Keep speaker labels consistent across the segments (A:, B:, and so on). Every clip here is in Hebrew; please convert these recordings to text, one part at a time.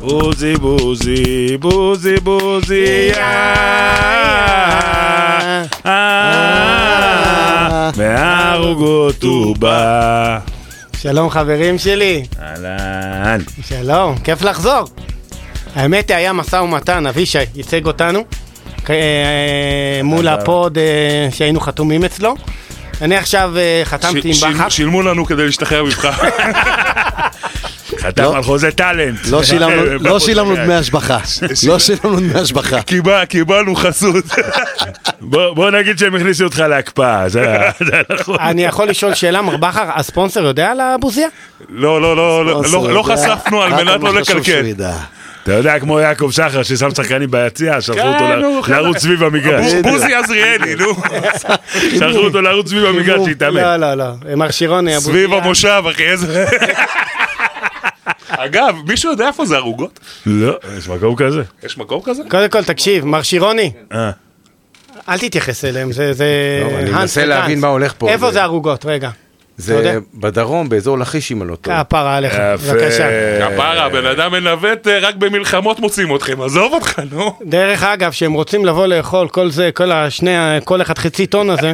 A: בוזי בוזי, בוזי בוזי, אה, אה, אה, מהערוגות הוא בא.
B: שלום חברים שלי,
A: אהלן.
B: שלום, כיף לחזור. האמת היא, היה משא ומתן, אבישי ייצג אותנו אה, מול
A: אגב.
B: הפוד אה, שהיינו חתומים אצלו. אני עכשיו אה, חתמתי
C: ש-
B: עם
C: שילמו-
B: בכר.
C: שילמו לנו כדי להשתחרר ממך.
A: חתם
D: לא.
A: על חוזה טאלנט. אה,
D: לא שילמנו- לא שילמנו דמי השבחה. לא שילמנו דמי השבחה.
C: קיבל- קיבלנו חסות.
A: בוא בוא נגיד שהם הכניסו אותך להקפאה, זה זה נכון.
B: אני יכול לשאול שאלה, מר בכר, הספונסר יודע על הבוזיה?
C: לא, לא, לא, לא,
D: אוסר,
C: לא- לא
D: אתה יודע,
C: חשפנו על
D: רק
C: מנת לא
D: מה חשוב שהוא
C: לקלקל.
D: ידע.
A: אתה יודע, כמו יעקב שחר ששם שחקנים ביציע, שלחו אותו
C: כן,
A: ל-
C: הוא חלק.
A: לרוץ סביב המגרש.
C: בו- בוזי עזריאלי, נו.
A: שלחו אותו לרוץ סביב המגרש, שיתאמן.
B: לא, לא, לא. מר שירון, הבוזיה.
C: סביב המושב, אחי, איזה... אגב, מישהו יודע איפה זה ערוגות?
A: לא, יש מקום כזה.
C: יש מקום כזה?
B: קודם כל, תקשיב, מר שירוני,
A: אה.
B: אל תתייחס אליהם, זה... זה...
E: לא, אני
B: האנס
E: מנסה
B: וגנץ.
E: להבין מה הולך פה.
B: איפה
E: זה-
B: זה ערוגות? רגע. אתה
E: זה
B: יודע?
E: בדרום, באזור לכיש, אם אני לא
C: אה,
E: טועה.
B: כפרה עליך,
A: יפה.
B: בבקשה.
C: כפרה, הבן אדם מנווט, אה, רק במלחמות מוצאים אתכם, עזוב אותך, נו.
B: דרך אגב, שהם רוצים לבוא לאכול כל זה, כל השני, ה- כל אחד חצי טון הזה,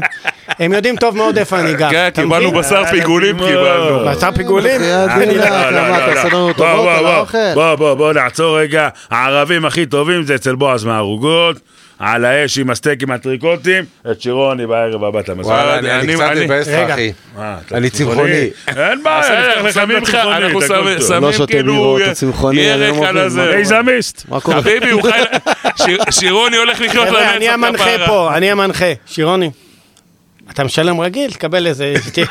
B: הם יודעים טוב מאוד איפה אני גר.
C: כן,
B: אתה
C: קיבלנו
B: מבין?
C: בשר
A: אה,
C: פיגולים,
A: אה,
C: קיבלנו.
A: אה,
B: בשר פיגולים?
D: בחייאת
B: אני
D: דינא,
B: לא-
D: אתה
A: לא,
D: מה,
A: לא,
D: אתה
A: לא.
D: עושה לנו
A: בוא,
D: טובות
A: בוא,
D: על
A: בוא.
D: האוכל?
A: בוא, בוא, בוא, נעצור רגע. הערבים הכי טובים זה אצל בועז מהערוגות, על האש עם הסטייקים הטריקוטים, את שירוני בערב הבא אתה מזמן.
E: וואלה,
C: אני-
E: אני אני
C: אני-
E: קצת
C: אני-
E: מבאס לך,
B: רגע.
E: אחי.
A: אה, אתה
E: אני צמחוני.
A: אין בעיה,
C: בסדר,
A: אנחנו שמים לך, אנחנו שמים,
D: לא
C: שמים
D: שותים
C: כאילו
D: בירות, הצמחוני, אני לא
C: ירק
D: מבין,
C: על הזה.
D: מה-
C: איזה-
A: מיזמיסט.
D: מה קורה?
C: חביבי, הוא חי... שיר- שירוני הולך לחיות לנצח
B: חבר'ה, אני
C: לא,
B: המנחה פה, אני המנחה. שירוני, אתה משלם רגיל, תקבל איזה שתי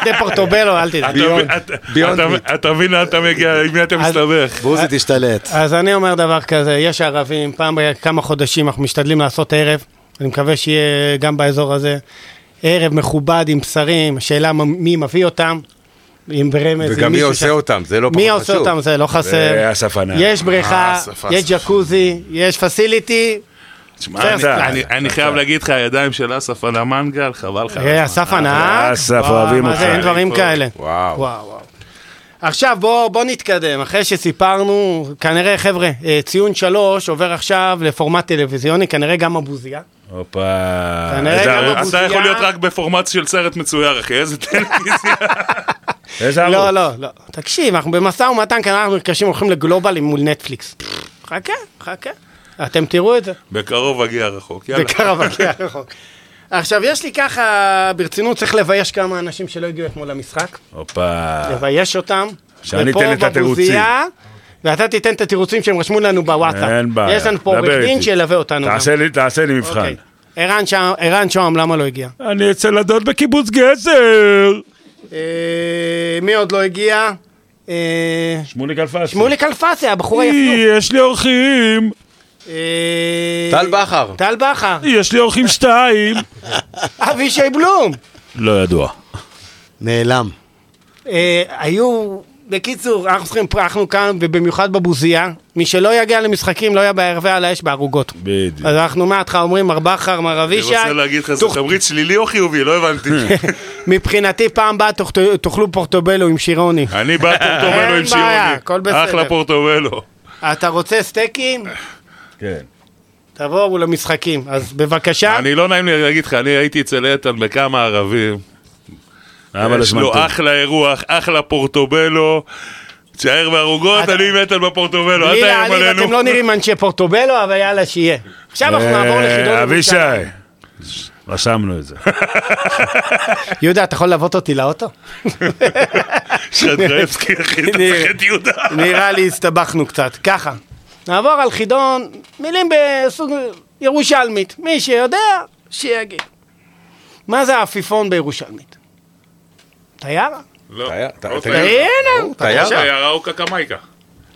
B: שתי פורטובלו, אל
C: אתה-
B: תדאג.
C: אתה-
E: ביונד
C: אתה-
E: מיט.
C: אתה מבין לאן אתה מגיע, עם מי אתה
B: אז-
C: מסתבך.
D: בוזי תשתלט.
B: אז אני אומר דבר כזה, יש ערבים, פעם בכמה חודשים אנחנו משתדלים לעשות ערב, אני מקווה שיהיה גם באזור הזה, ערב מכובד עם בשרים, השאלה מ- מי מביא אותם, אם ברמז, אם
E: וגם מי
B: מישהו
E: עושה
B: ש-
E: אותם, זה לא פחות חשוב.
B: מי עושה אותם זה לא חסר,
A: זה אה, אסף ענן.
B: יש בריכה,
C: אסף,
B: יש
C: אסף.
B: ג'קוזי, יש פסיליטי,
C: תשמע, אני-
A: אתה-
C: אני- אני חייב להגיד לך, הידיים של אסף על המנגל, חבל לך. על הזמן.
B: אה, אסף ענק,
A: אסף,
B: וואו,
A: אוהבים
B: מה
A: אותך.
B: זה, אין דברים
C: פה.
B: כאלה,
E: וואו.
B: וואו. וואו. עכשיו בואו בוא נתקדם, אחרי שסיפרנו, כנראה חבר'ה, אה, ציון שלוש עובר עכשיו לפורמט טלוויזיוני, כנראה גם הבוזייה.
A: הופה.
B: כנראה
A: איזה
B: גם
A: ערוץ-
B: הבוז-
C: אתה יכול להיות רק בפורמט של סרט מצויר, אחי, איזה טלוויזיה.
A: איזה ערוץ?
B: לא, לא, לא. תקשיב, אנחנו במשא ומתן, כנראה אנחנו נרכשים, הולכים לגלובל מול נטפליקס. חכה, חכה. אתם תראו את זה.
C: בקרוב אגיע רחוק, יאללה.
B: בקרב הגיע רחוק. כן, נכון. עכשיו, יש לי ככה, ברצינות, צריך לבייש כמה אנשים שלא הגיעו אתמול למשחק.
A: הופה.
B: לבייש אותם.
A: אה. שאני
B: ופה
A: אתן את התירוצים.
B: בבוזייה, ואתה תיתן את התירוצים שהם רשמו לנו בוואטסאפ.
A: אין בעיה.
B: יש לנו פה עורך
A: דבר
B: דין
A: איתי.
B: שילווה אותנו. גם.
A: תעשה לי- תעשה לי מבחן.
B: אוקיי. ערן שם- ערן שוהם, למה לא הגיע?
A: אני אצל הדוד בקיבוץ גזר.
B: אה, מי עוד לא הגיע? אה,
A: שמוליק אלפסי.
B: שמוליק אלפסי, הבחור היפה.
A: אי, יש לי אורחים.
B: אה,
E: טל בכר.
B: טל בכר,
A: אי, יש לי אורחים שתיים.
B: אבישי בלום.
A: לא ידוע.
D: נעלם.
B: אה, היו, בקיצור, אנחנו צריכים, אנחנו כאן, ובמיוחד בבוזייה, מי שלא יגיע למשחקים לא היה בערבי על האש בערוגות.
A: בדיוק.
B: אז אנחנו מההתחלה אומרים, מר בכר, מר
C: אני
B: אבישי,
C: רוצה להגיד לך, זה
B: תוך-
C: תמריץ שלילי או חיובי? לא הבנתי.
B: מבחינתי פעם הבאה תוך- תאכלו פורטובלו עם שירוני.
C: אני בא פורטובלו
B: אין
C: עם שירוני.
B: בעיה, הכל בסדר.
C: אחלה פורטובלו.
B: אתה רוצה סטייקים?
A: כן.
B: תבואו למשחקים. אז בבקשה,
C: אני לא נעים לי להגיד לך, אני הייתי אצל איתן בכמה ערבים.
A: למה לא
C: יש לו
A: הזמנתם?
C: אחלה אירוח, אחלה פורטובלו. תשאר בערוגות,
B: אתה-
C: אני עם איתן בפורטובלו, אל
B: בלי
C: תאיים
B: להעליב,
C: עלינו.
B: אתם לא נראים אנשי פורטובלו, אבל יאללה, שיהיה. עכשיו אנחנו נעבור לחידון.
A: אה, אבישי.
B: ירושלים.
A: רשמנו את זה.
B: יהודה, אתה יכול ללוות אותי לאוטו?
C: שטרייבסקי, אחי, אתה צריך את יהודה.
B: נראה לי הסתבכנו קצת. ככה, נעבור על חידון, מילים בסוג ירושלמית. מי שיודע, שיגיד. מה זה העפיפון בירושלמית? טיירה?
C: לא,
E: היה- ת-
C: לא
E: תגיד,
C: תגיד.
B: הנה,
E: תייר?
B: בבקשה.
C: יערה הוא קקמייקה.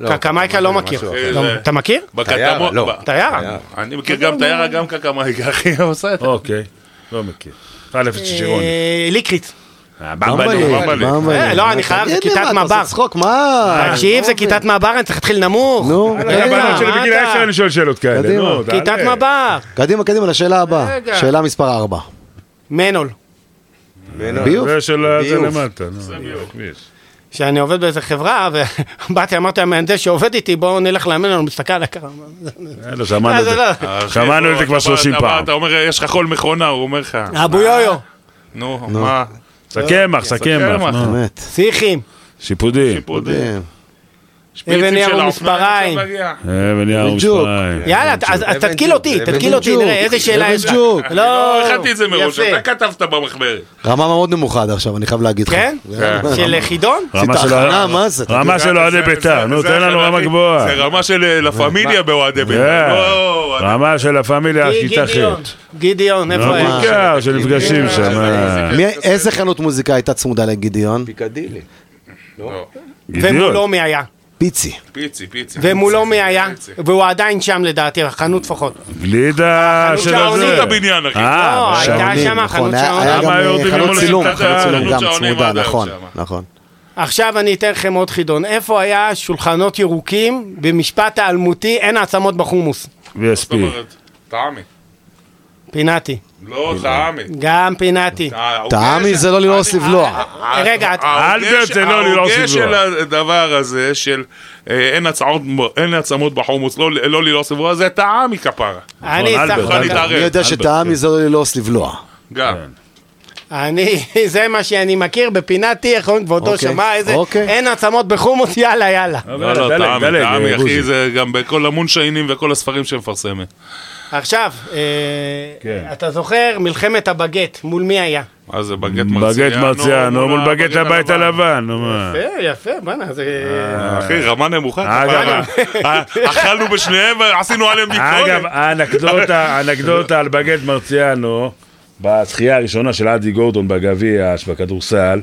B: קקמייקה לא מכיר.
E: משהו
C: אחר.
B: לא,
C: זה-
B: אתה מכיר?
C: בקטמון.
E: לא.
C: ב-
B: טיירה.
C: אני מכיר גם תיירה, גם קקמייקה, אחי, אבל בסדר.
A: אוקיי. לא מכיר. א' את שירוני.
B: אה, ליקריץ.
A: אה,
D: במבלי,
A: במבלי.
C: במבלי.
D: במבלי.
B: אה, לא, אני חייב, זה
D: תגיד לי,
B: כיתת
D: מה, אתה
B: מב"ר.
D: עושה צחוק, מה?
B: תקשיב, זה כיתת מעבר, אני צריך להתחיל נמוך. אה,
D: נו,
B: רגע,
D: קדימה.
B: מה
A: אה, הבנות שלי בגיל
B: אתה?
A: עשר אני שואל אה. שאלות כאלה.
D: קדימה.
A: נו, תעלה.
B: אה, כיתת מעבר.
D: קדימה, קדימה, לשאלה הבאה.
B: רגע.
D: שאלה מספר 4.
B: מנול.
E: מנו.
D: ביוב?
A: זה של ה- זה
E: ביוב.
A: למטה. נו, הכביש.
B: שאני עובד באיזה חברה, ובאתי, אמרתי למהנדס שעובד איתי, בואו נלך לאמן לנו, מסתכל על הקרה.
A: לא, שמענו את
B: אה, זה
A: זה.
B: לא.
A: שמענו את זה כבר 30 פעם.
C: אתה אומר, יש לך חול מכונה, הוא אומר לך.
B: אבו יויו,
C: נו, מה?
A: סכמח, סכמח.
C: סכמח.
A: נו.
D: באמת. כן.
B: שיחים,
A: שיפודים.
C: פודים. שפיצים
B: אבן ירו
C: של האופניים,
B: מספריים.
C: אתה מגיע.
A: אה, ונייר
D: בדיוק.
A: מספריים.
B: יאללה, אז אז
E: אבן
B: תתקיל
E: ג'וק,
B: אותי,
E: אבן
B: תתקיל אותי,
D: ג'וק,
B: נראה איזה שאלה
D: אבן
B: יש לך.
D: ג'וק.
C: לא, הכנתי את זה מראש,
B: יפה.
C: אתה כתבת במחברת.
D: רמה מאוד נמוכה עד עכשיו, אני חייב להגיד לך.
B: כן?
D: כן.
B: של חידון?
A: רמה
D: עשית
A: של
D: הכנה, מה זה?
A: רמה של אוהדי
C: זה-
A: בית"ר,
C: זה-
A: נו
C: זה
A: תן לנו
C: הכי-
A: רמה גבוהה.
C: זה רמה של אה, לה פמיליה באוהדי בית"ר.
A: כן.
C: לא, אתה-
A: רמה של הפמיליה, כיתה
B: אה, גידיון,
A: ח'.
B: גידיון, איפה
D: רמה.
B: הם?
A: בעיקר לא שנפגשים
C: אה,
A: שם.
C: זה-
A: אה.
D: מי- איזה חנות מוזיקה הייתה צמודה לגידיון?
E: פיקדילי.
B: ומולו מי היה?
D: פיצי.
C: פיצי, פיצי.
B: ומולו מי היה?
C: פיצי.
B: והוא עדיין שם לדעתי, החנות לפחות.
A: גלידה של
C: שעונים
A: הזה.
C: בבניין, אחי.
B: לא,
A: אה,
B: הייתה
A: שעונים.
D: שעונים,
B: שם החנות
D: נכון, היה-
B: שעונים.
D: היה גם
A: למה היו
D: אה,
A: עובדים
D: חנות
A: מול
D: צילום,
A: השיטה?
D: חנות צילום
A: חנות
D: גם
C: שעונים
D: צמודה,
C: עד היום
D: נכון,
C: שם.
D: נכון.
B: עכשיו אני אתן לכם עוד חידון. איפה היה שולחנות ירוקים במשפט האלמותי אין העצמות בחומוס?
C: זאת
A: VSP.
C: אומרת, טעמי.
B: פינתי.
C: לא,
A: כאילו.
C: טעמי.
B: גם פינתי.
C: העוגה
D: טעמי
C: של-
D: זה לא ללעוס לבלוע.
B: אוקיי, אה, רגע, את-
A: אלברט זה לא ללעוס
C: ההוגה
A: לבלוע.
C: של הדבר הזה, של אה, אין הצעות- אין עצמות בחומוס, לא- לא ללעוס לבלוע, זה טעמי כפרה.
B: אני
A: נכון, אלברט,
B: סך
A: אה, אלברט.
B: הכל...
C: להתערב.
D: אני יודע
A: אלברט,
D: שטעמי זה לא ללעוס לבלוע.
C: גם.
A: כן.
B: אני, זה מה שאני מכיר בפינתי, איך אומרים באותו
D: אוקיי,
B: שמע, איזה...
D: אוקיי.
B: אין עצמות בחומוס, יאללה, יאללה.
A: אה,
C: לא, לא,
A: דלג,
C: טעמי,
A: דלג,
C: טעמי, אחי,
A: אה, בוזי.
C: זה גם בכל המונשיינים וכל הספרים שמפרסמת.
B: עכשיו, אה,
A: כן.
B: אתה זוכר מלחמת הבגט, מול מי היה?
C: מה זה, בגט מרציאנו? לא, אה,
A: בגט מרציאנו מול בגט הבית הלבן, נו מה.
B: יפה, יפה, בואנה, זה...
C: אחי, רמה נמוכה.
A: אה, אגב,
C: כפרה. אה, אכלנו בשניהם ועשינו עליהם
A: אגב,
C: ביקורת.
A: האנקדוטה- האנקדוטה על בגט מרציאנו, בזכייה הראשונה של אדי גורדון בגביע בכדורסל,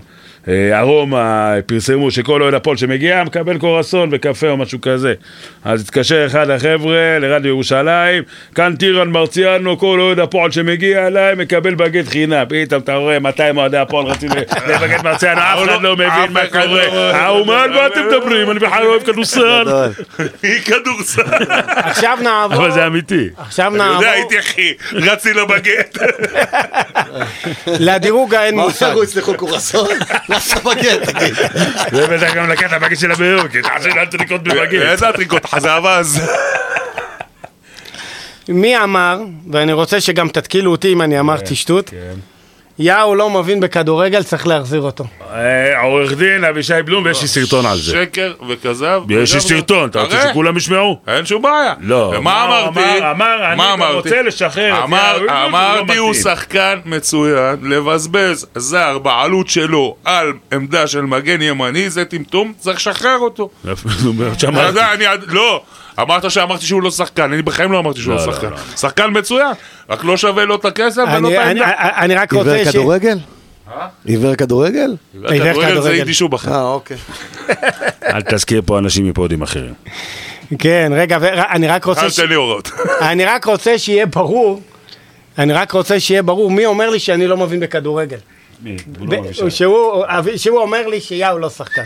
A: אה, ארומה פרסמו שכל אוהד הפועל שמגיע מקבל קורסון וקפה או משהו כזה. אז התקשר אחד החבר'ה לרדיו ירושלים, כאן טירן מרציאנו, כל אוהד הפועל שמגיע אליי מקבל בגט חינם. פתאום אתה רואה 200 אוהדי הפועל רצים לבגט מרציאנו, אף אחד לא מבין מה קורה. ההוא, מה על מה אתם מדברים? אני בכלל לא אוהב כדורסל.
D: גדול.
C: היא כדורסל.
B: עכשיו נעבור...
A: אבל זה אמיתי.
B: עכשיו
C: אני
B: נעבור
C: יודע, הייתי אחי, רצתי לבגט.
B: לדירוג האין
D: מה
B: מושג.
D: הוא אצלכו קורסון? מה שאתה מגיע, תגיד.
A: זה בטח לא גם לקח את הבגט של הביום, כי תעשה לאן תריקות בבגט.
C: איזה הטריקות, חזב אז.
B: מי אמר, ואני רוצה שגם תתקילו אותי אם אני אמרתי שטות, יאו לא מבין בכדורגל, צריך להחזיר אותו.
A: אה, עורך דין אבישי בלום, ויש לי סרטון על זה.
C: שקר וכזב.
A: יש לי
C: וגם-
A: סרטון, אתה רוצה
C: אה, הרי,
A: שכולם ישמעו?
C: אין שום בעיה.
A: לא.
C: ומה
A: אמר,
C: אמרתי?
A: אמר, אמר, אני
C: מה
A: גם
C: אמרתי?
A: רוצה לשחרר את
C: אמר-
A: יאיר אילון, הוא לא
C: אמרתי, הוא
A: מתאים.
C: שחקן מצוין, לבזבז זר בעלות שלו על עמדה של מגן ימני, זה טמטום, צריך לשחרר אותו.
A: נו, מה
C: אתה
A: שאמרתי.
C: יודע, אני עד- לא. אמרת שאמרתי שהוא לא שחקן, אני בחיים לא אמרתי שהוא
A: לא,
C: לא
A: לא,
C: שחקן. שחקן מצוין, רק לא שווה לא את הכסף ולא את
B: אני- אני-
C: העמדה.
B: אני רק רוצה
D: עיוור
B: ש...
D: כדורגל? עיוור כדורגל?
B: עיוור
C: הכדורגל זה
B: כדורגל.
C: יידיש ובחר.
D: אה, אוקיי.
A: אל תזכיר פה אנשים מפודים אחרים.
B: כן, רגע, ו- אני רק רוצה
C: אל
B: ש...
C: תן לי הוראות.
B: אני רק רוצה שיהיה ברור, אני רק רוצה שיהיה ברור, מי אומר לי שאני לא מבין בכדורגל?
C: לא
B: ב- שהוא שהוא אומר לי שיהו לא שחקן.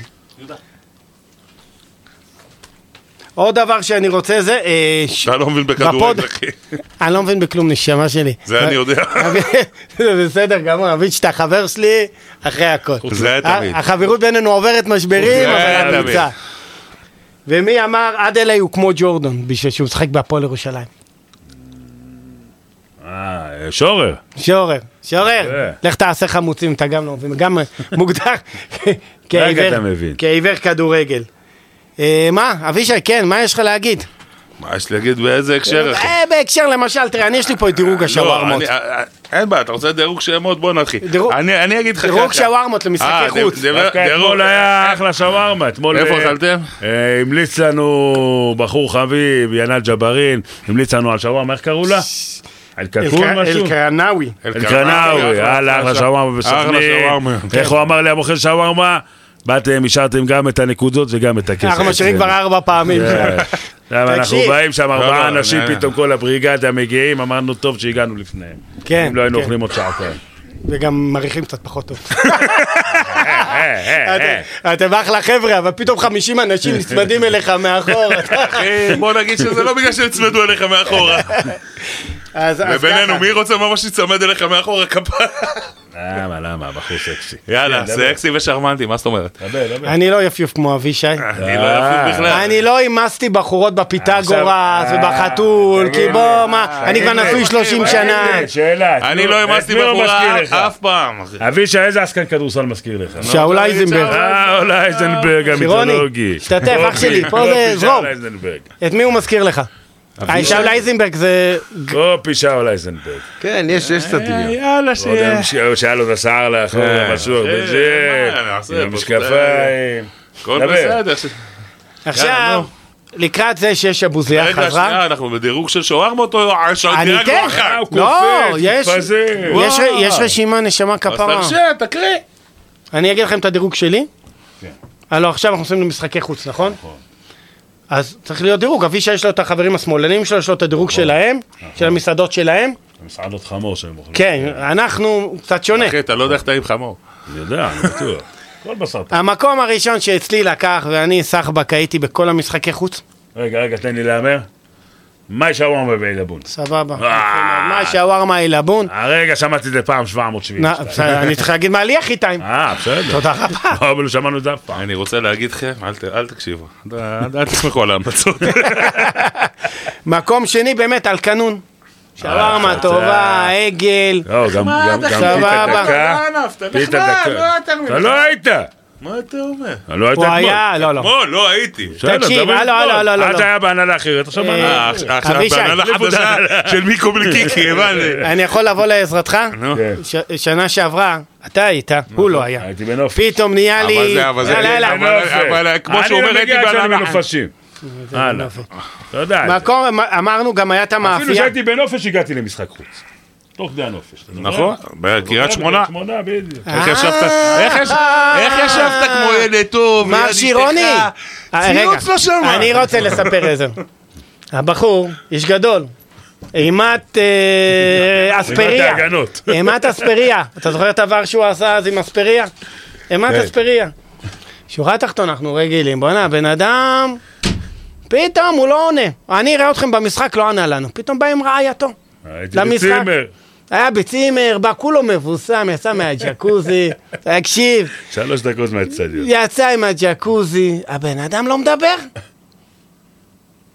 B: עוד דבר שאני רוצה זה, אה, ש-
C: אתה לא מבין בכדורגל,
B: בפוד-
C: אחי.
B: אני לא מבין בכלום, נשמה שלי.
C: זה אני יודע.
B: זה בסדר גמור, אבין שאתה חבר שלי אחרי הכל.
C: זה תמיד.
B: ה- החברות בינינו עוברת משברים,
C: זה
B: אבל אני
C: תמיד.
B: נמצא. ומי אמר, עד אלי הוא כמו ג'ורדון, בשביל שהוא משחק בהפועל ירושלים.
A: אה, שורר.
B: שורר, שורר,
A: יפה.
B: לך תעשה חמוצים, אתה גם לא מבין, גם מוגדר כעיוור-
A: אתה מבין.
B: כעיוור כדורגל. אה, מה, אבישי, כן, מה יש לך להגיד?
C: מה יש לי להגיד באיזה הקשר, אחי?
B: אה, בהקשר, למשל, תראה, אני יש לי פה את דירוג
C: כן. לא,
B: השווארמות.
C: אני- אה, אה, אין בעיה, אתה רוצה דירוג שמות? בוא נתחיל.
B: דירוג-
C: אני אני אגיד לך
B: דירוג
C: ככה.
B: שווארמות למשחקי
C: אה,
B: חוץ.
C: דירוג-
A: דווקא אתמול היה אחלה שווארמה. אתמול...
C: איפה
A: אה,
C: אכלתם?
A: אה, המליץ לנו בחור חביב, ינאל ג'בארין, המליץ לנו על שווארמה, איך קראו לה? על קקון משהו?
B: אלקרנאווי.
A: אלקרנאווי, יאללה, אחלה שווארמה
C: אחלה כן.
A: בסכנין.
C: שווארמה.
A: איך הוא אמר לי, המוכר שווארמה? באתם, השארתם גם את הנקודות וגם את הכסף.
B: אנחנו משאירים כבר ארבע פעמים.
A: כן. למה, אנחנו
B: תקשיב.
A: באים שם ארבעה
C: לא, לא,
A: אנשים,
C: לא, לא.
A: פתאום כל הבריגדה מגיעים, אמרנו טוב שהגענו לפניהם.
B: כן,
A: אם לא היינו
B: כן.
A: אוכלים עוד שעתיים.
B: וגם מריחים קצת פחות טוב.
A: אה, אה, אה.
B: אתם- אתם אחלה חבר'ה, אבל פתאום 50 אנשים נצמדים אליך מאחור.
C: אה, בוא נגיד שזה לא בגלל שהצמדו אליך מאחורה.
B: אז- אז
C: ובינינו,
B: ככה.
C: מי רוצה ממש להיצמד אליך מאחורה כפיים?
A: למה, למה, הבחור סקסי.
C: יאללה,
A: כן, אה,
C: סקסי ושרמנטי, מה זאת אומרת?
A: דבר, דבר, דבר.
B: אני לא יפיוף כמו אבישי.
C: אני לא
A: אה,
C: יפה בכלל.
B: אני לא העמסתי בחורות בפיתגורס
A: עכשיו-
B: ובחתול,
A: אה,
B: כי בוא, מה, אני כבר
A: הנה,
B: נשוי 30
A: הנה,
B: שנה.
A: שאלה. את
C: אני
A: מי-
C: לא
A: את
C: העמסתי
A: מי הוא
C: בחורה
A: מזכיר
C: אף-
A: לך?
C: אף פעם. אחי.
A: אבישי, איזה עסקן כדורסל מזכיר לך?
B: שאול אייזנברג.
A: אה, אול אייזנברג
B: שירוני,
A: המיתולוגי.
B: תשתתף, אח שלי, פה
A: אופי
B: זה
A: שאול
B: זרום.
A: אייזנברג.
B: את מי הוא מזכיר לך? אה, שאול אייזנברג זה...
A: אופי שאול אייזנברג.
E: כן, יש יש קצת דמיון.
C: יאללה,
A: לא יודע, הוא שהיה לו את השיער לאחור,
B: כן.
A: משוח
C: אה,
A: בג'ק,
C: מה נעשה?
A: עם המשקפיים.
C: הכל
A: דבר.
C: בסדר. ש-
B: עכשיו, לקראת זה שיש אבוזיה
C: רגע,
B: חזרה,
C: שנייה, אנחנו בדירוג של שוארמות או
B: אני
C: שדירגנו
B: כן.
A: אה, הוא
C: אחת?
B: לא,
A: קופץ,
B: יש-
A: מתפזר.
B: יש ר-
C: וואו.
B: יש רשימה נשמה
C: אז
B: כפרה.
C: תרשה, תקריא.
B: אני אגיד לכם את הדירוג שלי? הלו, עכשיו אנחנו עושים למשחקי חוץ, נכון? אז צריך להיות דירוג, אבישי יש לו את החברים השמאלנים שלו, יש לו את הדירוג שלהם, של המסעדות שלהם.
A: מסעדות חמור שהם אוכלים.
B: כן, אנחנו קצת שונה.
C: אחי, אתה לא יודע איך טעים חמור.
A: אני יודע, אני בטוח. כל בשר טוב.
B: המקום הראשון שאצלי לקח, ואני סחבק הייתי בכל המשחקי חוץ,
A: רגע, רגע, תן לי להמר. מאי שווארמה בעילבון.
B: סבבה.
A: אה.
B: מה שווארמה עילבון.
C: אה,
A: הרגע אה, שמעתי את זה פעם 770.
B: נא, בסדר, אני צריך להגיד מה לי הכי טיים.
A: אה, בסדר.
B: תודה רבה.
A: לא, אבל לא שמענו את זה אף פעם.
C: אני רוצה להגיד לכם, אל ת- אל תקשיבו. אל- אל אל תסמכו על ההמלצות.
B: מקום שני באמת על קנון.
C: אה,
B: שווארמה
A: חצה.
B: טובה, עגל.
A: לא, גם גם- גם פיתה
B: סבבה.
A: דקה. פיתה דקה. אתה לא היית.
C: מה אתה אומר?
A: אתה לא היית
B: הוא
A: אתמול.
B: היה, לא, לא.
C: אתמול לא הייתי.
A: בסדר,
B: תקשיב,
A: דבר
B: הלו,
A: אתמול.
B: הלו, הלו,
A: אז
B: הלו.
A: זה היה בהנהלה אחרת, עכשיו
B: אה,
A: בהנהלה.
C: אה, עכשיו
B: אבישי,
C: בהנהלה
A: החליפו את
C: חדשה
A: ההנהלה.
C: של מיקו בלקיקי, הבנתי.
B: אני יכול לבוא לעזרתך?
C: אה, נו. אה,
A: כן.
B: ש- שנה שעברה, אתה היית, הוא לא היה.
A: הייתי בנופש.
B: פתאום נהיה לי...
C: אבל זה- אבל זה-
B: יאללה, יאללה.
C: אבל-
B: אה,
C: אבל כמו שהוא אומר,
A: אני
C: הייתי
A: לא מגיע כשאני
C: בהנהלה.
A: בנופשים. הלאה. אתה יודע. את זה.
B: מקום, אמ-, אמרנו, גם היה את
A: אפילו
B: המאפייה.
A: כשהייתי בנופש הגעתי למשחק חוץ. תוך כדי הנופש. אתה זוכר?
C: נכון, בקריית שמונה.
A: קריית שמונה, בדיוק.
C: איך ישבת
B: אה!
C: איך יש- איך ישבת כמו ילד טוב? ליד
B: מר
C: אשתך?
B: שירוני! אה,
C: ציוץ
B: רגע,
C: לא שמע.
B: אני רוצה לספר איזה. הבחור, איש גדול. אימת אה, אספריה.
A: ההגנות.
B: אימת אספריה. אתה זוכר את העבר שהוא עשה אז עם אספריה? אימת אספריה. שורה תחתונה, אנחנו רגילים. בואנה, בן אדם... פתאום הוא לא עונה. אני אראה אתכם במשחק, לא ענה לנו. פתאום בא עם רעייתו.
A: הייתי
B: אה, למשחק.
A: בצימר.
B: היה בצימר, בא כולו מבוסם, יצא מהג'קוזי. תקשיב,
A: שלוש דקות מהצדיון.
B: יצא עם הג'קוזי, הבן אדם לא מדבר.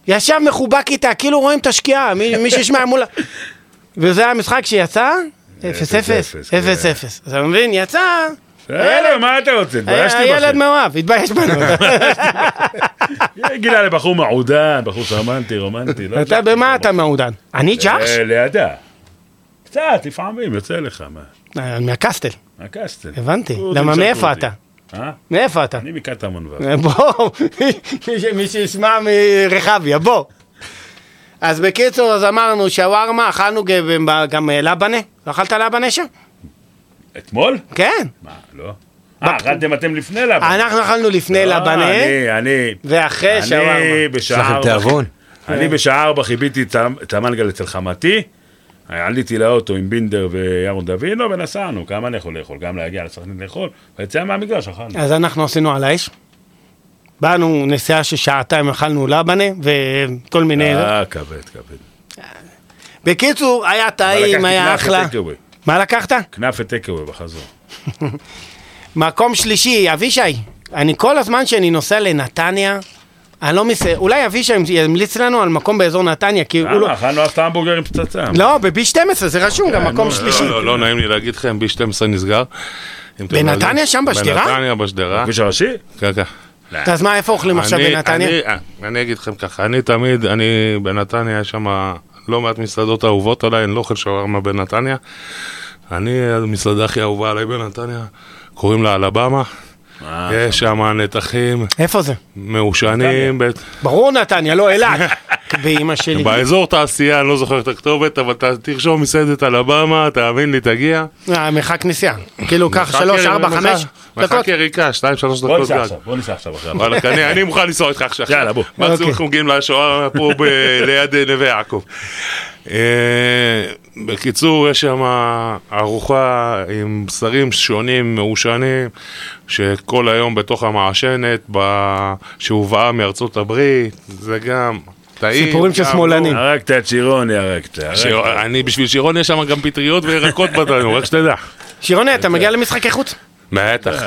B: ישב מחובק איתה, כאילו רואים את השקיעה, מי, מי שישמע מול... ה- וזה היה המשחק שיצא? 0-0, 0-0,
A: כן.
B: אז אתה מבין? יצא, אה,
A: בסדר, אה, מה אתה רוצה? התביישתי
B: היה- הילד
A: בכם.
B: מאוהב, התבייש בנו.
A: אה, גילה לבחור מעודן, בחור שרמנטי, רומנטי. לא
B: אתה
A: יודע.
B: במה אתה מעודן? אני ג'ארש?
A: אה, לידה. קצת, לפעמים, יוצא לך, מה?
B: אה, מהקסטל,
A: מהקסטל.
B: הבנתי.
A: הוא
B: למה
A: תמשוך
B: מאיפה
A: אותי.
B: אתה?
A: אה?
B: מאיפה אתה?
A: אני מקטמון ו...
B: בוא, מי ש- מי שישמע מרחביה, בוא. אז בקיצור, אז אמרנו שווארמה, אכלנו גם- גם אה, לבנה. לא אכלת לבנה שם?
A: אתמול?
B: כן.
A: מה, לא? אה, אכלתם אתם לפני לבנה.
B: אנחנו אכלנו לפני
A: לא,
B: לבנה,
A: אני, אני,
B: ואחרי
A: אני
B: שווארמה.
D: יש
A: בשעה
D: לכם
A: ארבע
D: תיאבון?
B: כן.
A: אני בשעה ארבע חיביתי את ה- את המנגל אצל חמתי, עליתי לאוטו עם בינדר וירון דוינו ונסענו, כמה אני יכול לאכול? גם להגיע לסכנין לאכול, ויצא מהמגרש אכלנו.
B: אז אנחנו עשינו על האש. באנו נסיעה של שעתיים, אכלנו לבנה וכל מיני...
A: אה, כבד, כבד.
B: בקיצור, היה טעים,
A: לקחתי
B: היה
A: כנף
B: אחלה.
A: וטייק-אווי.
B: מה לקחת?
A: כנף וטקווי בחזור.
B: מקום שלישי, אבישי, אני כל הזמן שאני נוסע לנתניה, אני לא מס... אולי אבישי ימליץ לנו על מקום באזור נתניה, כי הוא לא...
A: למה? אכלנו אז את ההמבורגר עם פצצה.
B: לא, ב-B12 זה רשום, גם מקום שלישי.
C: לא, לא, לא נעים לי להגיד לכם, ב-12 נסגר. אם אתם
B: בנתניה,
C: יודעים.
B: שם בשדרה?
C: בנתניה בשדרה.
A: הכביש הראשי?
C: כן, כן.
B: אז מה, איפה אוכלים עכשיו
C: אני-
B: בנתניה?
C: אני- אה, אני אגיד לכם ככה, אני תמיד, אני בנתניה, יש שם לא מעט מסעדות אהובות עליי, אני לא אוכל שווארמה בנתניה. אני, המסעדה הכי אהובה עליי בנתניה, קוראים לה אלבמה.
B: אה.
C: יש שם נתחים
B: איפה זה?
C: מעושנים, בית-
B: ברור נתניה, לא אילת. באימא שלי.
C: באזור תעשייה, אני לא זוכר את הכתובת, אבל ת- תרשום מסעדת אלבמה, תאמין לי, תגיע.
B: אה, מרחק נסיעה. כאילו, קח
C: מרחק
B: שלוש,
C: ירי-
B: ארבע,
C: מרחק-
B: חמש דקות.
C: מרחק יריקה, שתיים, שלוש
A: בוא
C: דקות
A: ניסע
C: גג.
A: עכשיו, בוא ניסע עכשיו אחרי הבא.
C: וואלכ, אני אני מוכן לנסוע איתך עכשיו.
A: יאללה, בוא.
B: אוקיי.
C: מקסימום אנחנו מגיעים לשואה פה ב- ליד אה, נווה יעקב. אה, בקיצור, יש שם ארוחה עם בשרים שונים, מעושנים, שכל היום בתוך המעשנת, ב- שהובאה מארצות הברית, זה גם טעים.
B: סיפורים של
C: גם
B: שמאלנים.
A: הרגת את שירון, הרגת. הרגת.
C: כן. לא. ש- אני בשביל שירון יש שם גם פטריות וירקות בטנו, רק שתדע. אה.
B: שירוני, אתה מגיע למשחקי חוץ?
C: בטח.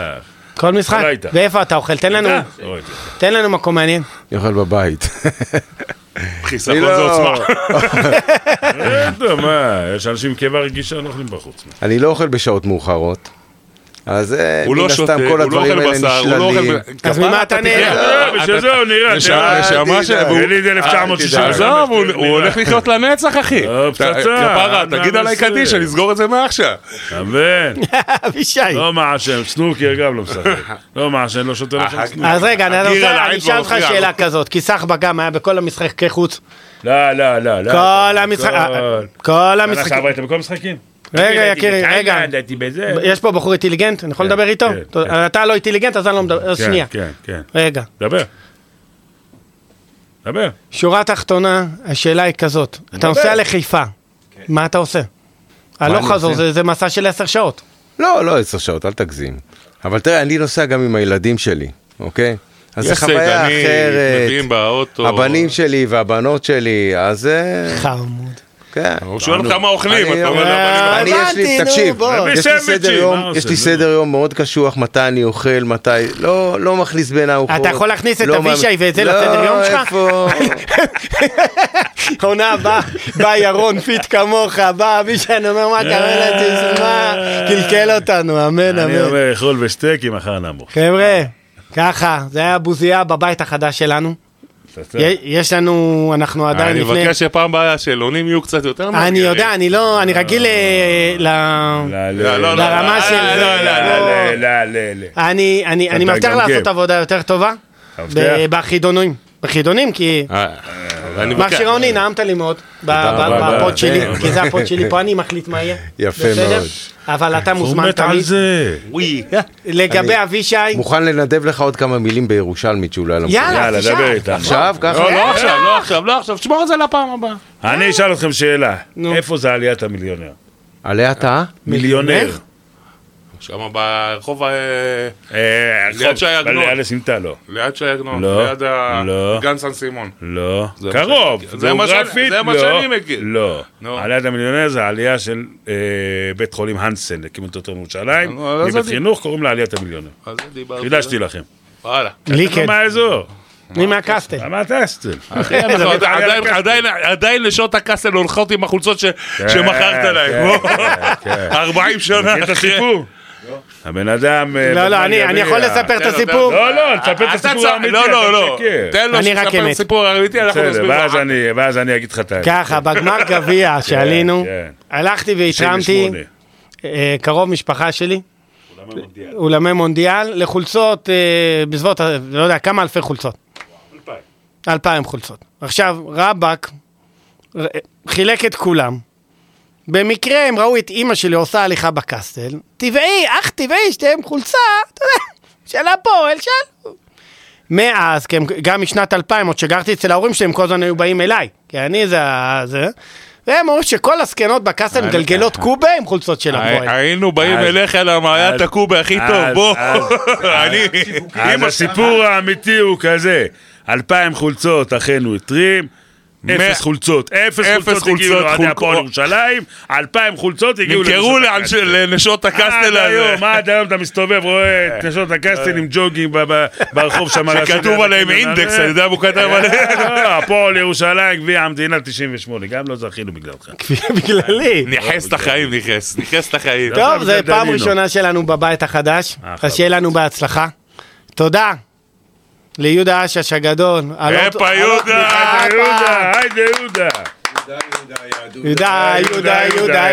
B: כל משחק?
A: הביתה.
B: ואיפה אתה אוכל? תן לנו,
A: אוי, זה-
B: תן לנו מקום מעניין.
E: אני אוכל בבית.
C: חיסכון
E: אני לא-
C: זה עוצמה.
A: אה, לא, מה, יש אנשים עם קיבה רגישה, לא אוכלים בחוץ.
E: אני לא אוכל בשעות מאוחרות. אז אה,
C: הוא לא
E: מן
C: שותה,
E: הסתם כל
C: הוא לא
E: הדברים
C: אוכל
E: האלה
C: בשר, הוא לא
E: נשללים.
C: אוכל... אה,
B: אז
C: כפרה,
B: ממה אתה נהנה?
A: אה,
C: אתה-
A: בשביל זה הוא נראה,
C: נשאר-
A: תראה,
C: נשאר מה ש- והוא-
A: יליד
C: אה,
A: 1965.
C: עזוב, הוא- הוא
A: מילה.
C: הולך לחיות לנצח, אחי.
A: אה, פצצה,
C: אתה- כפרה,
A: מה
C: תגיד עליי
A: נעשה?
C: קדיש, אני אסגור את זה מעכשיו.
A: אתה מבין?
B: אבישי.
A: לא מעשן, סנוקר גם לא משחק. לא מעשן, לא שותה
C: אה,
A: לו שם סנוקר.
B: אז רגע, אני
C: הגיר על
B: רוצה-
C: העץ
B: אני אשאל אותך
C: והמפריע.
B: שאלה כזאת, כי סחבא גם היה בכל המשחקי חוץ.
A: לא, לא, לא, לא.
B: כל המשחק...
C: אה,
B: אה, כל
A: שנה
B: המשחקים.
A: שעברה הייתם בכל המשחקים?
B: רגע,
A: הייתי
B: יקירי,
A: בתאילנד,
B: רגע.
A: הייתי לא בזה.
B: יש פה בחור אינטליגנט, אני יכול
A: כן,
B: לדבר איתו?
A: כן,
B: טוב,
A: כן.
B: אתה לא אינטליגנט, אז אני לא מדבר, אז
A: כן,
B: שנייה.
A: כן, כן.
B: רגע.
A: דבר. דבר.
B: שורה תחתונה, השאלה היא כזאת, אתה נוסע לחיפה,
A: כן.
B: מה אתה עושה? הלוך
E: אני
B: חזור,
E: עושה?
B: זה- זה מסע של עשר שעות.
E: לא, לא עשר שעות, אל תגזים. אבל תראה, אני נוסע גם עם הילדים שלי, אוקיי? אז זו
C: יש
E: חוויה
C: סיידנית,
E: אחרת.
C: מביאים באוטו.
E: הבנים שלי והבנות שלי, אז... אה,
B: חמוד.
E: כן.
C: הוא שואל אותך מה אוכלים,
E: אני-
C: אתה אומר לו,
B: אה,
C: "אבל
E: אני
C: אני-
E: יש לי,
B: הבנתי, נו,
E: תקשיב,
B: בוא.
E: יש
A: וסנדוויצ'ים,
E: לי סדר יום,
A: מה עושה?
E: יש לי סדר יום מאוד קשוח, מתי אני אוכל, מתי, לא, לא מכניס בין הארוחות.
B: אתה יכול להכניס את
E: לא
B: אבישי
E: מאמין-
B: ואת זה לסדר יום שלך?
E: לא, איפה...
B: עונה הבאה, בא ירון פיט כמוך, בא אבישי, אני אומר, מה קרה לזה, מה, קלקל אותנו, אמן,
A: אה. אני
B: אמן.
A: אומר, אכול ושתה כי מחר נמוך.
B: חבר'ה, ככה, זה היה בוזייה בבית החדש שלנו.
A: כן.
B: י- יש לנו, אנחנו עדיין
C: אני
B: לפני...
C: מבקש שפעם הבאה השאלונים יהיו קצת יותר
B: אני
C: מאתגרים.
B: יודע, אני לא,
A: אה,
B: אני רגיל ל- ל...
A: לא,
C: לא, לא, לא.
B: לרמה
C: אה,
B: של
C: לא,
B: זה,
C: לא, לא,
B: לא.
C: לא.
A: לא, לא, לא.
B: אני, אני, אני
A: אתה
B: מבטיח
A: גם
B: לעשות
A: כן.
B: עבודה יותר טובה
A: אתה מבטיח?
B: ב- בחידונים. בחידונים, כי...
C: אה, אבל אני
B: מר
C: מבקש-
B: שירוני, נעמת לי מאוד ב- ב-
A: אוקיי. רבה. כן, אוקיי.
B: בפוד שלי,
A: תודה.
B: כי זה הפוד שלי, פה אני מחליט מה יהיה.
E: יפה
B: בסדר?
E: מאוד.
B: אבל אתה
A: הוא
B: מוזמן
A: מת על
B: תמיד.
A: זה.
B: לגבי אבישי,
E: מוכן לנדב לך עוד כמה מילים בירושלמית שאולי לא... מכיר.
B: יאללה,
A: יאללה,
B: תשאל.
A: דבר איתנו.
E: עכשיו, ככה?
C: לא, לא עכשיו, לא עכשיו, לא עכשיו, תשמור את זה לפעם הבאה.
A: אני אשאל אתכם שאלה.
B: נו.
A: איפה זה עליית המיליונר?
E: עליה אתה?
A: מיליונר.
C: שם ברחוב, ה-
A: אה,
C: ליד
A: רחוב,
C: שי עגנון.
A: אבל ליד הסמטה לא.
C: ליד שי עגנון,
A: לא,
C: ליד ה-
A: לא.
C: גן סן סימון.
A: לא.
C: זה
A: קרוב.
C: מה שאני- זה מה שאני-
A: גיאוגרפית,
C: זה מה
A: לא.
C: שאני מכיר.
A: לא.
C: נו.
A: עליית המיליונר זה עלייה של אה, בית חולים הנסן, הקימו את אותו מירושלים.
C: נו, אז אוקיי.
A: מבית
C: עדיף.
A: חינוך קוראים לה עליית המיליונר.
C: אז דיברתי.
A: חידשתי לכם.
C: וואלה.
B: לי
A: כן.
B: כן,
A: מהאזור.
B: אני מהקסטל.
A: למה אתה אסטל?
C: אנחנו
A: מדבר על
C: עדיין-
A: הקסטל.
C: עדיין- עדיין נשות הקאסל הולכות עם החולצות ש- שמכרת
A: כן,
C: להם.
A: כן.
C: 40 שנה
A: מכיר את
C: אחרי.
A: הסיפור? הבן אדם... אה,
B: לא, לא,
A: בזמן
B: אני אני
A: גביע.
B: יכול לספר את
C: תן לו,
B: הסיפור.
C: תן
A: לא, לא, תספר את
C: אתה
A: הסיפור
C: צ-
A: האמיתי,
C: לא,
A: אתה
C: לא, לא.
A: משקר.
C: תן לו
B: אני רק
C: שיספר
B: אמת.
C: את הסיפור האמיתי, אנחנו
A: בסדר,
C: נסביר
A: ואז
C: לך.
A: אני- ואז אני אגיד לך את האמת.
B: ככה, בגמר גביע שעלינו,
A: כן.
B: הלכתי והתרמתי,
A: 98.
B: אה, קרוב משפחה שלי, אולמי מונדיאל, לחולצות, אה, בסביבות, ה- לא יודע, כמה אלפי חולצות. אלפיים חולצות. עכשיו, רבאק ר- חילק את כולם. במקרה הם ראו את אימא שלי עושה הליכה בקסטל. טבעי, אך טבעי, שתיהם חולצה, אתה יודע, שאלה פה, אל שאל. מאז, כי הם, גם משנת 2000, עוד שגרתי אצל ההורים שלי, הם כל הזמן היו באים אליי, כי אני זה ה... זה. והם אומרים שכל הזקנות בקסטל מגלגלות קובה עם חולצות של הפועל.
C: הי- אה, היינו באים
A: אז-
C: אליך למעיין
A: אז-
C: תקובה הכי טוב,
A: אז-
C: בוא.
A: אז-
C: אני...
A: אה, אז הסיפור האמיתי הוא כזה, אלפיים חולצות אחינו התרים, אפס
C: מאה-
A: חולצות, אפס
C: אפס
A: חולצות הגיעו
C: חולצות
A: לאוהדי
C: חולקו-
A: הפועל ירושלים, אלפיים חולצות הגיעו
C: נמכרו
A: לנשות
C: לאנשי-
A: הקסטל.
C: לנשות
A: עד
C: הקסטל הזה.
A: אה,
C: אה.
A: היום, עד היום אתה מסתובב, רואה את נשות הקסטל עם ג'וגים ב- ב- ברחוב שם. על השני,
C: שכתוב עליהם
A: אה,
C: אינדקס, אני יודע מה הוא כתב עליהם.
A: אה, הפועל ירושלים, גביע המדינה 98, גם לא זכינו בגללך.
B: בגללי.
C: ניכס את
A: אוקיי.
C: החיים, ניכס, ניכס את החיים.
A: לא,
B: טוב,
A: עכשיו
B: זו
A: זה
B: פעם
A: דנינו.
B: ראשונה שלנו בבית החדש,
A: אחלה
B: אז שיהיה לנו בהצלחה. תודה ליהודה אשש הגדול. אלון-
C: הפה,
B: אלון-
C: יהודה,
A: היידה יהודה,
C: אה.
A: היידה יהודה.
B: יהודה, יהודה, יהודה, יהודה, יהודה,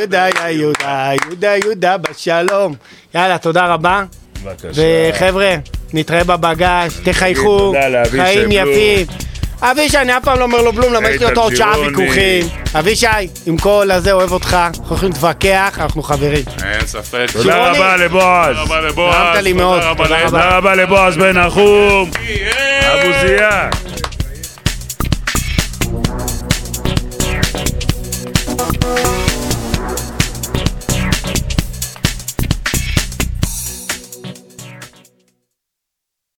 B: יהודה, יהודה, יהודה, יהודה, בשלום. יאללה, תודה רבה.
A: בבקשה.
B: וחבר'ה, נתראה בבגש, תחייכו,
A: תודה לאבישי
B: חיים
A: בלום.
B: יפים. אבישי, אני אף פעם לא אומר לו בלום, למה יש לי
A: איתן
B: אותו עוד שעה
A: שירוני.
B: ויכוחים. אבישי, עם כל הזה אוהב אותך, אנחנו יכולים להתווכח, אנחנו חברים.
C: אין ספק.
A: תודה
B: שירוני.
A: רבה לבועז.
C: תודה רבה לבועז.
B: נעמת לי מאוד.
C: תודה רבה
B: תודה
C: לאסתי.
A: תודה רבה לבועז בן נחום,
C: אה,
A: אבוזיה.